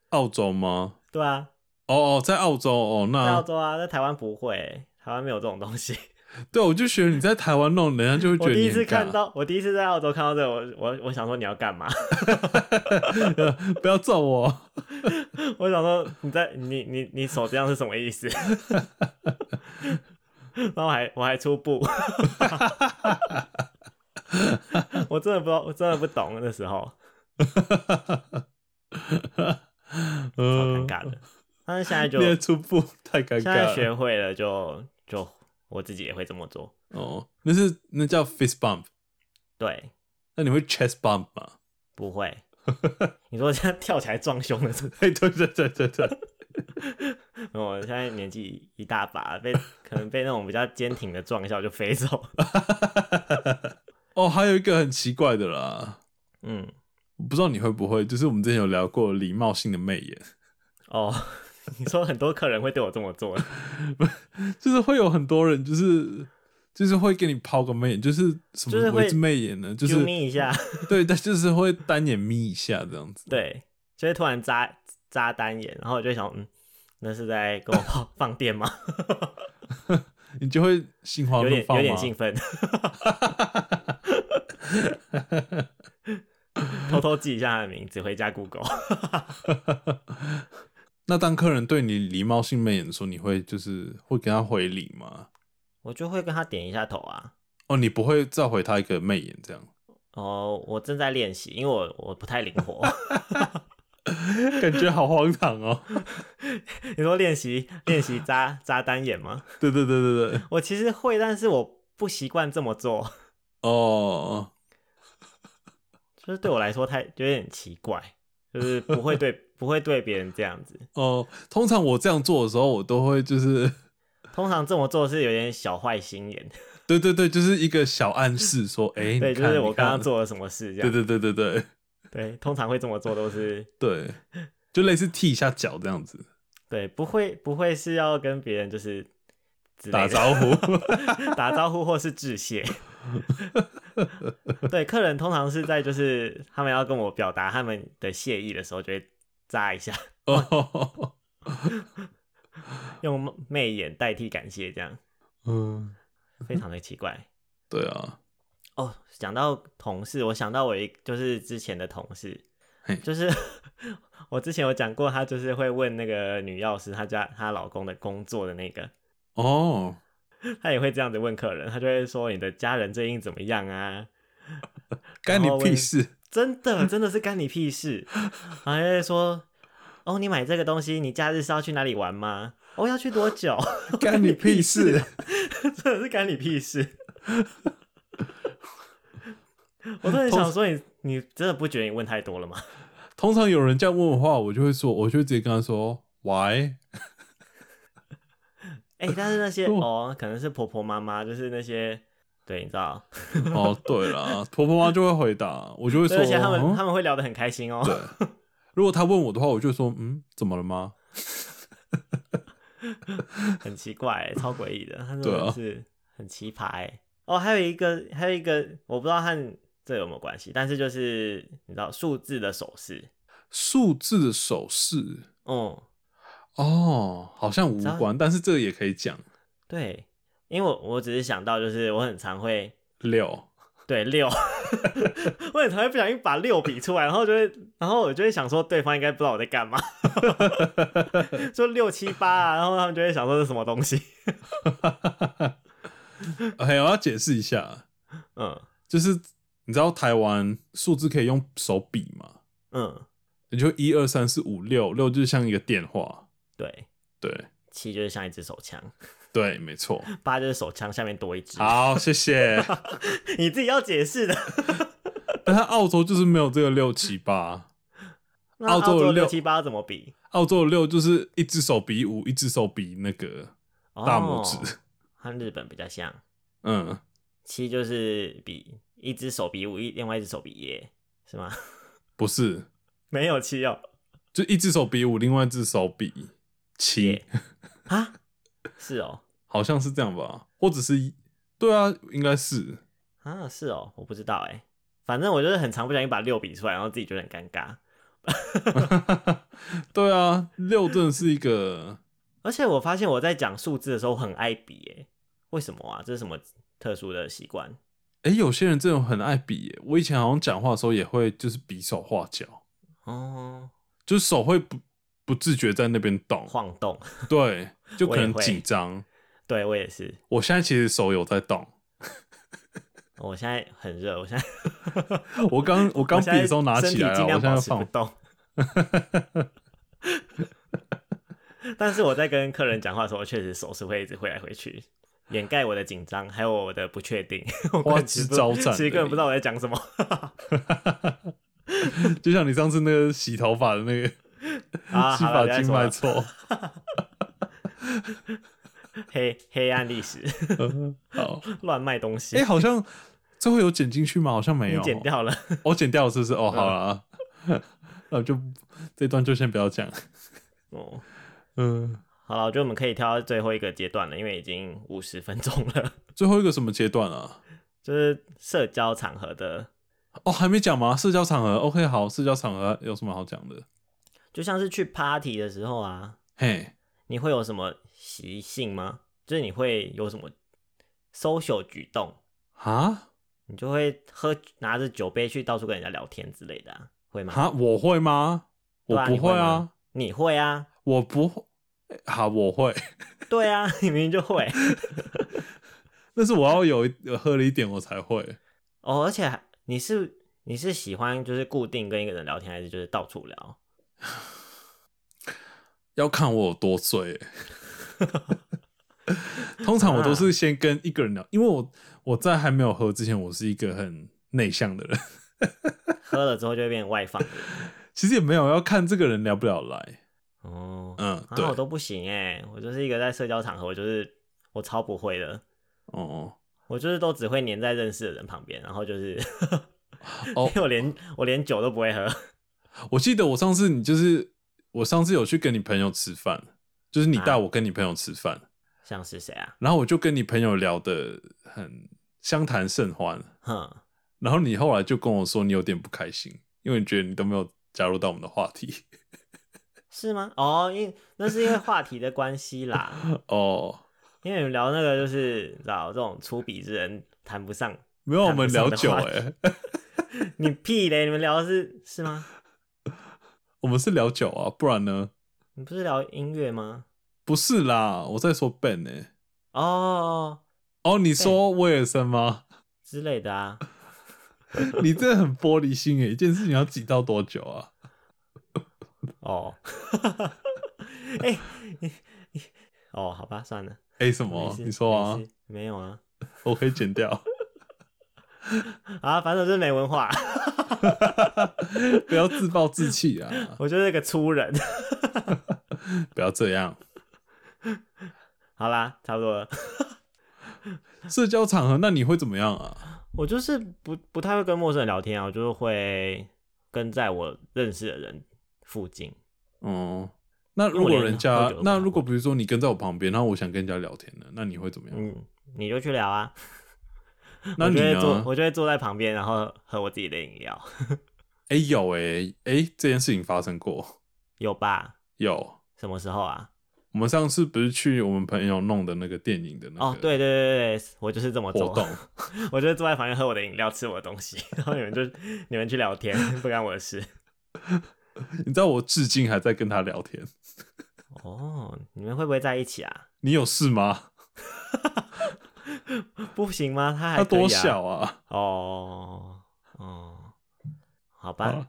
S2: 澳洲吗？
S1: 对啊，
S2: 哦哦，在澳洲哦，
S1: 在澳
S2: 那
S1: 洲啊，在台湾不会、台湾没有这种东西。
S2: 对我就觉得你在台湾弄，人家就会觉
S1: 我
S2: 得
S1: 第
S2: 你
S1: 一
S2: 很
S1: 次看
S2: 尬。
S1: 到，我第一次在澳洲看到这个，我我我想说你要干嘛？
S2: 不要揍我！
S1: 我想说你在你你你手这样是什么意思？ 然后我还我还出布，我真的不知道，我真的不懂那时候。 超尴
S2: 嗯
S1: 尬的。但是现在就
S2: 你的初步太尴
S1: 现
S2: 尬
S1: 在
S2: 了。
S1: 学会了就，就我自己也会这么做。
S2: 哦，那是那叫 fist bump，
S1: 对，
S2: 那你会 chest bump 吗？
S1: 不会。你说现在跳起来撞胸的是？
S2: 对对对对对对，
S1: 我现在年纪一大把，被可能被那种比较坚挺的撞一下我就飞走。
S2: 哦，还有一个很奇怪的啦，
S1: 嗯，
S2: 我不知道你会不会，就是我们之前有聊过礼貌性的媚眼，
S1: 哦， 你说很多客人会对我这么做，
S2: 就是会有很多人就是。就是会给你抛个媚眼，就是什
S1: 就是
S2: 么
S1: 会
S2: 为之媚眼呢？就是
S1: 啾咪一下，
S2: 对，但就是会单眼眯一下这样子。
S1: 对，就会突然扎扎单眼，然后我就想，嗯，那是在跟我 放放电吗？
S2: 你就会心花
S1: 有
S2: 怒
S1: 点
S2: 哦放
S1: 有点
S2: 吗
S1: 兴 奋，偷偷记一下他的名字，回家 Google。
S2: 那当客人对你礼貌性媚眼的时候，你会就是会给他回礼吗？
S1: 我就会跟他点一下头啊。
S2: 哦，你不会再回他一个媚眼这 样，
S1: 哦，我正在练习，因为我我不太灵 活。
S2: 感觉好荒唐哦。
S1: 你说练习练习扎扎单眼吗？
S2: 对对对对对，
S1: 我其实会，但是我不习惯这么做，
S2: 哦，
S1: 就是对我来说太有点奇怪，就是不会对不会对别人这样子。
S2: 哦，通常我这样做的时候，我都会就是，
S1: 通常这么做是有点小坏心眼，
S2: 对对对，就是一个小暗示说，哎、 你
S1: 对，就
S2: 看
S1: 是
S2: 你
S1: 我刚刚
S2: 看
S1: 做了什么事这
S2: 对
S1: 样。
S2: 对对对对
S1: 对，通常会这么做都是
S2: 对，就类似踢一下脚这样子，
S1: 对，不会不会是要跟别人就是之类
S2: 打
S1: 的
S2: 招呼。
S1: 打招呼或是致谢。 对，客人通常是在就是他们要跟我表达他们的谢意的时候，就会扎一下，
S2: 哦，
S1: 用媚眼代替感谢，这样
S2: 嗯，
S1: 非常的奇怪。
S2: 对啊，
S1: 哦，讲到同事，我想到我一就是之前的同事
S2: 嘿，
S1: 就是我之前有讲过，她就是会问那个女药师她家她老公的工作的那个，
S2: 哦，
S1: 他也会这样子问客人，他就会说你的家人最近怎么样啊？
S2: 干你
S1: 然后
S2: 屁
S1: 问
S2: 事！
S1: 真的真的是干你屁事。然后就会说，哦，你买这个东西，你假日是要去哪里玩吗？哦，要去多久？
S2: 干你屁事！
S1: 真的是干你屁事。我都很想说你，你真的不觉得你问太多了吗？
S2: 通常有人这样问我的话，我就会说，我就会直接跟他说，Why？
S1: 哎、但是那些
S2: 哦
S1: 哦，可能是婆婆妈妈，就是那些，对，你知道，
S2: 哦，对了，婆婆妈就会回答，我就会说，
S1: 而且他们、
S2: 嗯
S1: 他们会聊得很开心哦。
S2: 对。如果他问我的话，我就说，嗯，怎么了吗？
S1: 很奇怪、超诡异的，他真
S2: 对啊
S1: 的是很奇葩、欸。哦，还有一个，还有一个，我不知道和这有没有关系，但是就是你知道数字的手势，
S2: 数字的手势，
S1: 嗯，
S2: 哦，好像无
S1: 知道
S2: 关，但是这个也可以讲
S1: 对，因为我我只是想到，就是我很常会
S2: 六。
S1: 对六， 我很常会不小心把六比出来，然后就会，然后我就会想说对方应该不知道我在干嘛， 说六七八啊，然后他们就会想说这是什么东西，
S2: 哎，我要解释一下，
S1: 嗯
S2: 就是你知道台湾数字可以用手比吗？
S1: 嗯，
S2: 你就一二三四五六，六就是像一个电话，
S1: 对，
S2: 对
S1: 七就是像一支手枪，
S2: 对，没错。
S1: 八就是手枪下面多一支，
S2: 好，谢谢。
S1: 你自己要解释的。
S2: 但它澳洲就是没有这个六七八，
S1: 那
S2: 澳
S1: 澳
S2: 洲的
S1: 洲
S2: 六
S1: 六七八怎么比？
S2: 澳洲的六就是一只手比五，一只手比那个大拇指，
S1: 哦、和日本比较像，
S2: 嗯，
S1: 七就是比一只手比五，一另外一只手比耶，是吗？
S2: 不是，
S1: 没有七哦，
S2: 就一只手比五，另外一只手比七
S1: 耶，啊，是哦，
S2: 好像是这样吧？或者是对啊，应该是
S1: 啊是哦，我不知道哎，反正我就是很常不小心把六比出来，然后自己觉得很尴尬。
S2: 对啊，六真的是一个
S1: 而且我发现我在讲数字的时候很爱比，哎，为什么啊？这是什么特殊的习惯？
S2: 哎、有些人真的很爱比耶。我以前好像讲话的时候也会，就是比手画脚，
S1: 哦，
S2: 就是手会不不自觉在那边动，
S1: 晃动，
S2: 对，就可
S1: 我也
S2: 能
S1: 会
S2: 紧张。
S1: 对我也是，
S2: 我现在其实手有在动，
S1: 我现在很热，我现 在
S2: 我刚我刚
S1: 我
S2: 比
S1: 现在
S2: 的时候拿
S1: 身
S2: 起
S1: 体
S2: 来了，
S1: 尽
S2: 我
S1: 量
S2: 现在
S1: 保持不
S2: 放。
S1: 动。 但是我在跟客人讲话的时候，确实手是会一直挥来挥去，掩盖我的紧张，还有我的不确定。 我根本其实不
S2: 花枝招展
S1: 其实根本不知道我在讲什么。
S2: 就像你上次那个洗头发的那个
S1: 啊
S2: 洗
S1: 好了
S2: 发
S1: 不要再
S2: 精
S1: 说
S2: 卖
S1: 了
S2: 错，
S1: 黑黑暗历史，
S2: 好，
S1: 乱卖东西，
S2: 哎、好像最后有剪进去吗？好像没有，
S1: 你剪，掉了。
S2: 我、剪掉了是不是？
S1: 嗯
S2: 哦，好了， 那就这段就先不要讲。
S1: 哦，
S2: 嗯，
S1: 好了，我觉得我们可以跳到最后一个阶段了，因为已经五十分钟了，
S2: 最后一个什么阶段啊？
S1: 就是社交场合的，
S2: 哦，还没讲吗？社交场合，OK，好，社交场合有什么好讲的？
S1: 就像是去 party 的时候啊，
S2: 嘿，
S1: 你会有什么习性吗？就是你会有什么 social 举动？
S2: 啊
S1: 你就会喝拿着酒杯去到处跟人家聊天之类的、啊，会吗？
S2: 哈，我会吗？
S1: 对啊
S2: 我不会
S1: 你会
S2: 啊
S1: 吗，你会啊，
S2: 我不会。欸好，我会，
S1: 对啊， 你明明就会
S2: 但是我要有一有喝了一点我才会。
S1: 哦，而且还你是你是喜欢就是固定跟一个人聊天，还是就是到处聊？
S2: 要看我有多醉欸。 通常我都是先跟一个人聊，因为我我在还没有喝之前，我是一个很内向的人。
S1: 喝了之后就会变外放的人
S2: 其实也没有要看这个人聊不聊来，
S1: 哦。
S2: 嗯，对，
S1: 啊，我都不行哎、我就是一个在社交场合，我就是我超不会的，
S2: 哦
S1: 我就是都只会黏在认识的人旁边，然后就是
S2: 哦
S1: 因为我连我连酒都不会喝，
S2: 我记得我上次你就是我上次有去跟你朋友吃饭，就是你带我跟你朋友吃饭，
S1: 像是谁啊？
S2: 然后我就跟你朋友聊的很相谈甚欢，
S1: 哼，
S2: 然后你后来就跟我说你有点不开心，因为你觉得你都没有加入到我们的话题。
S1: 是吗？哦，因那是因为话题的关系啦。
S2: 哦，
S1: 因为你们聊那个就是你知道这种粗鄙之人谈不上，
S2: 没有，我们聊久
S1: 谈
S2: 哎、
S1: 不上你屁嘞！你们聊的是是吗？
S2: 我们是聊酒啊，不然呢？
S1: 你不是聊音乐吗？
S2: 不是啦，我在说 Ben 呢、
S1: 哦
S2: 哦，你说威尔森吗？
S1: 之类的啊。
S2: 你这很玻璃心欸诶，一件事情要挤到多久啊？
S1: 哦，哎、 你你哦，好吧，算了。
S2: 哎、什么
S1: 没？事
S2: 你说啊
S1: 没，事没有啊，
S2: 我可以剪掉，
S1: 啊，反正我就是没文化，
S2: 不要自暴自弃啊，
S1: 我就是个粗人。
S2: 不要这样。
S1: 好啦，差不多了。
S2: 社交场合，那你会怎么样啊？
S1: 我就是不不太会跟陌生人聊天啊，我就是会跟在我认识的人附近。
S2: 嗯，那
S1: 因为
S2: 如
S1: 我
S2: 果
S1: 连
S2: 人
S1: 喝
S2: 家
S1: 酒都，不
S2: 那
S1: 太
S2: 如果比如说你跟在我旁边，然后我想跟人家聊天呢，那你会怎么样？
S1: 嗯，你就去聊啊。
S2: 那
S1: 我
S2: 你
S1: 就会坐
S2: 呢，？
S1: 我就会坐在旁边，然后喝我自己的饮料，
S2: 哎、有哎、哎、这件事情发生过，
S1: 有吧？
S2: 有。
S1: 什么时候啊？
S2: 我们上次不是去我们朋友弄的那个电影的那个
S1: 哦，对对对对，我就是这么
S2: 活
S1: 做，
S2: 动，
S1: 我就是坐在旁边喝我的饮料，吃我的东西，然后你们就你们去聊天，不干我的事。
S2: 你知道我至今还在跟他聊天，
S1: 哦，你们会不会在一起啊？
S2: 你有事吗？
S1: 不行吗？他还、
S2: 他多小？啊？
S1: 哦，哦，好
S2: 好
S1: 吧
S2: 了，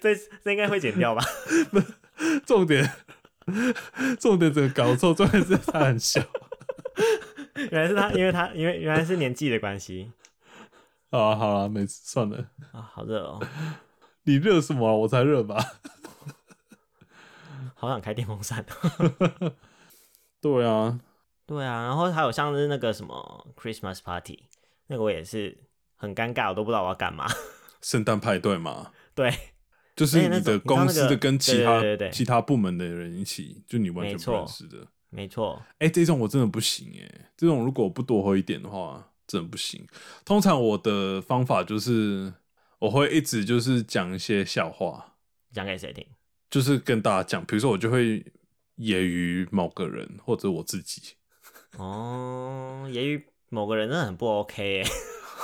S1: 这这应该会剪掉吧？
S2: 重点， 重点整个搞错，重点是他很小
S1: 原来是他，因为他因为原来是年纪的关系
S2: 啊。好了，没事，算了，
S1: 啊、好热哦，
S2: 你热什么啊？我才热吧？
S1: 好想开电风扇。哦
S2: 对啊，
S1: 对啊，然后还有像是那个什么 Christmas party，那个我也是很尴尬，我都不知道我要干嘛。
S2: 圣诞派对嘛，
S1: 对，
S2: 就是
S1: 而且那
S2: 哎你
S1: 种你知
S2: 的
S1: 道
S2: 公
S1: 那
S2: 司的
S1: 个
S2: 跟其
S1: 对
S2: 他
S1: 对对对
S2: 其他部门的人一起，就你完全
S1: 没
S2: 不
S1: 错
S2: 认识的。
S1: 没错，
S2: 哎、这种我真的不行哎、这种如果不多喝一点的话，真的不行。通常我的方法就是，我会一直就是讲一些笑话，
S1: 讲给谁听？
S2: 就是跟大家讲，比如说我就会揶揄某个人或者我自己，
S1: 哦，也与某个人真的很不 OK 耶，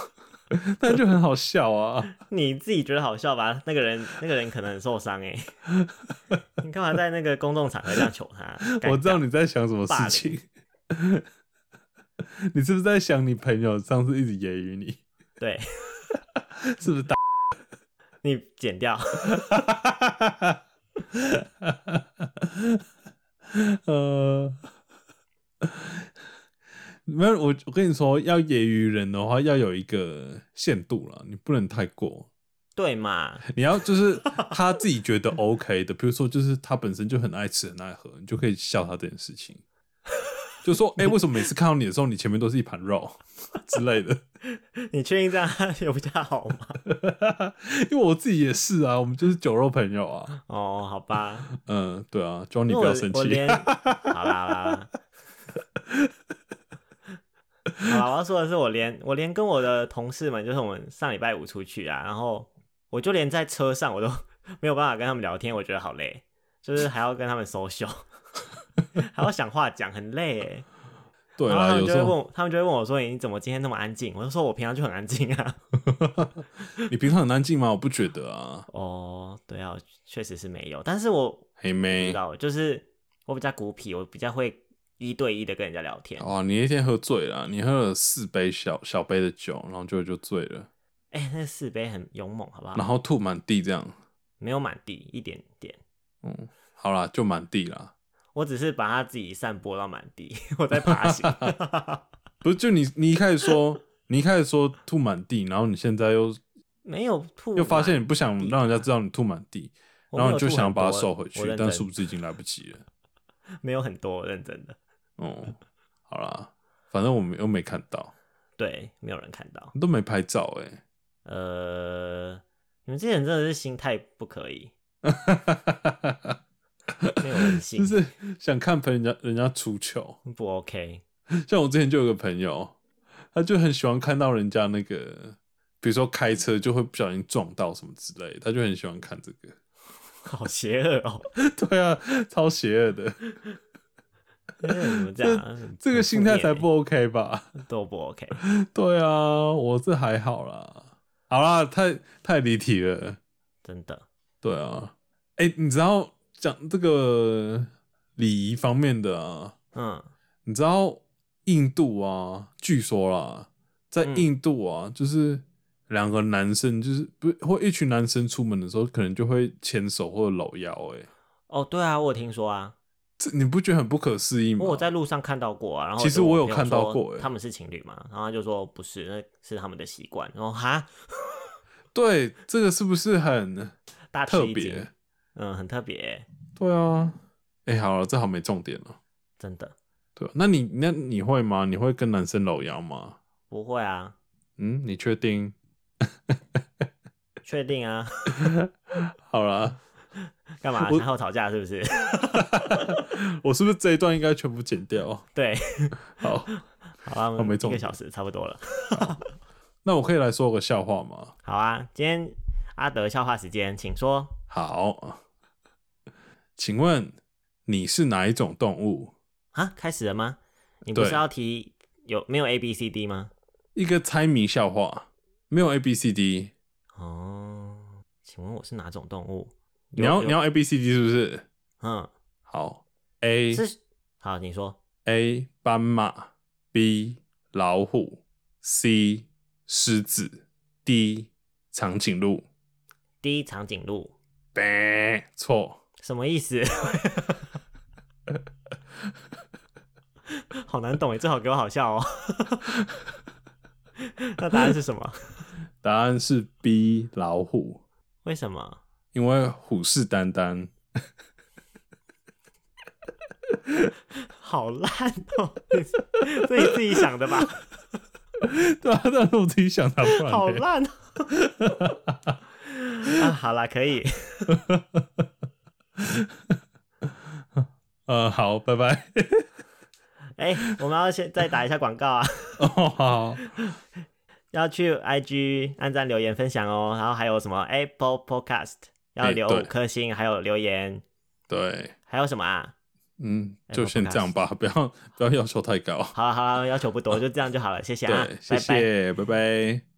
S2: 但就很好笑啊。
S1: 你自己觉得好笑吧？那个人那个人可能很受伤哎， 你干嘛在那个公众场合这样求他？
S2: 我知道
S1: 尴尬
S2: 你在想什么
S1: 霸
S2: 事
S1: 凌
S2: 情， 你是不是在想你朋友上次一直揶揄你？
S1: 对，
S2: 是不是打？
S1: 你剪掉。
S2: 呃，没有，我我跟你说，要揶揄人的话，要有一个限度啦，你不能太过。
S1: 对嘛？
S2: 你要就是他自己觉得 OK 的，比如说就是他本身就很爱吃很爱喝，你就可以笑他这件事情，就说哎、诶为什么每次看到你的时候，你前面都是一盘肉 之类的？
S1: 你确定这样 有比较好吗？
S2: 因为我自己也是啊，我们就是酒肉朋友啊。
S1: 哦，好吧，
S2: 嗯，对啊，Johnny
S1: 因为
S2: 不
S1: 我
S2: 要生
S1: 我
S2: 气。
S1: 连好啦好啦。好啦，我要说的是，我连我连跟我的同事们，就是我们上礼拜五出去啊，然后我就连在车上我都没有办法跟他们聊天，我觉得好累，就是还要跟他们 social，还要想话讲，很累耶。
S2: 对
S1: 然后他
S2: 啦，
S1: 们
S2: 有
S1: 啊就
S2: 时
S1: 会问
S2: 候
S1: 我，他们就会问我说：“你怎么今天那么安静？”我就说：“我平常就很安静啊。
S2: 你平常很安静吗？我不觉得啊”，
S1: 哦，对啊，确实是没有，但是我
S2: 黑
S1: 知
S2: 妹。
S1: 道，就是我比较孤僻，我比较会一对一的跟人家聊天。
S2: 哦，你那天喝醉了，你喝了四杯小小杯的酒，然后就就醉了，
S1: 哎、那四杯很勇猛，好不
S2: 然
S1: 好？
S2: 后吐满地这样。
S1: 没有满地，一点点。
S2: 嗯，好啦，就满地啦。
S1: 我只是把它自己散播到满地， 我在爬 行。
S2: 不是，就你你一开始 说，你一开始说吐满地，然后你现在又
S1: 没有吐满，
S2: 又发现你不想
S1: 地
S2: 让人家知道你吐满地，
S1: 我没有
S2: 然后你就
S1: 吐
S2: 想要
S1: 很
S2: 把它
S1: 多
S2: 收回去
S1: 我，认
S2: 但
S1: 真
S2: 殊不知已经来不及了。
S1: 没有很多，我认真的。
S2: 嗯，好啦，反正我们又没看到，
S1: 对，没有人看到。
S2: 都没拍照哎、
S1: 呃，你们这些人真的是心态不可以，没有人性
S2: 就，是想看朋友人家人家出糗。
S1: 不 OK。
S2: 像我之前就有个朋友，他就很喜欢看到人家那个，比如说开车就会不小心撞到什么之类的，他就很喜欢看这个。
S1: 好邪恶哦！
S2: 对啊，超邪恶的，
S1: 哎怎么这样啊？很
S2: 这个
S1: 很
S2: 心
S1: 负
S2: 态
S1: 面
S2: 才
S1: 欸
S2: 不 OK 吧？
S1: 都不 OK。
S2: 对啊，我这还好啦，好啦，太太离题了。
S1: 真的，
S2: 对啊，哎、你知道讲这个礼仪方面的啊，
S1: 嗯，
S2: 你知道印度啊，据说啦，在
S1: 嗯
S2: 印度啊，就是两个男生，就是不或一群男生出门的时候，可能就会牵手或者搂腰、欸，
S1: 哦，对啊，我有听说啊，
S2: 这你不觉得很不可思议
S1: 哦
S2: 吗？
S1: 我有在路上看到过啊，然后
S2: 嗯其实
S1: 就
S2: 我
S1: 我
S2: 有
S1: 朋友
S2: 看到
S1: 说
S2: 过欸
S1: 他们是情侣嘛，然后他就说不是，那是他们的习惯，然后哈，
S2: 对这个是不是很
S1: 大吃
S2: 特
S1: 一惊
S2: 别，？
S1: 嗯，很特别欸，
S2: 对啊，哎、好了，这好没重点了。
S1: 真的
S2: 对啊，那你那你会吗？你会跟男生搂腰吗？
S1: 不会啊，
S2: 嗯，你确定？
S1: 确定啊，
S2: 好啦，
S1: 干嘛？
S2: 我
S1: 然后吵架是不 是？
S2: 我是不是这一段应该全部剪掉？
S1: 对，
S2: 好，
S1: 好啊，我
S2: 哦没
S1: 们一
S2: 重
S1: 个
S2: 点
S1: 小时差不多了。
S2: 那我可以来说个笑话吗？
S1: 好啊，今天阿德笑话时间，请说。
S2: 好，请问你是哪一种动物？
S1: 啊，开始了吗？你不是
S2: 对
S1: 要提有没有 A B C D 吗？
S2: 一个猜谜笑话，没有 A B C D，
S1: 哦，请问我是哪种动物？
S2: 你
S1: 有
S2: 要
S1: 有
S2: 你要 A B C D 是不是？
S1: 嗯，
S2: 好，A
S1: 是好，你说
S2: A 斑马，B 老虎，C 狮子，D 长颈鹿。
S1: 第一长颈鹿
S2: 呗，错，
S1: 什么意思？ 好难懂哎，最好给我好笑哦。 那答案是什么？
S2: 答案是 B 老虎，
S1: 为什么？
S2: 因为虎视眈眈。
S1: 好烂哦！ 这你自己想的吧？
S2: 对啊，但是我自己想答不然
S1: 好
S2: 嘞
S1: 烂、哦。 啊，好啦，可以，
S2: 呃， 好，拜拜。
S1: 哎、我们要先再打一下广告啊，
S2: 哦，好，
S1: 要去 IG 按赞、留言、分享哦，然后还有什么 Apple Podcast 要
S2: 哎
S1: 留
S2: 对
S1: 五颗星，还有留言，
S2: 对，
S1: 还有什么啊？
S2: 嗯，
S1: 哎
S2: 就先这样吧，不要不要要求太高。
S1: 好了好了，要求不多，就这样就好了，谢谢啊，
S2: 对，谢
S1: 拜拜。
S2: 谢，拜拜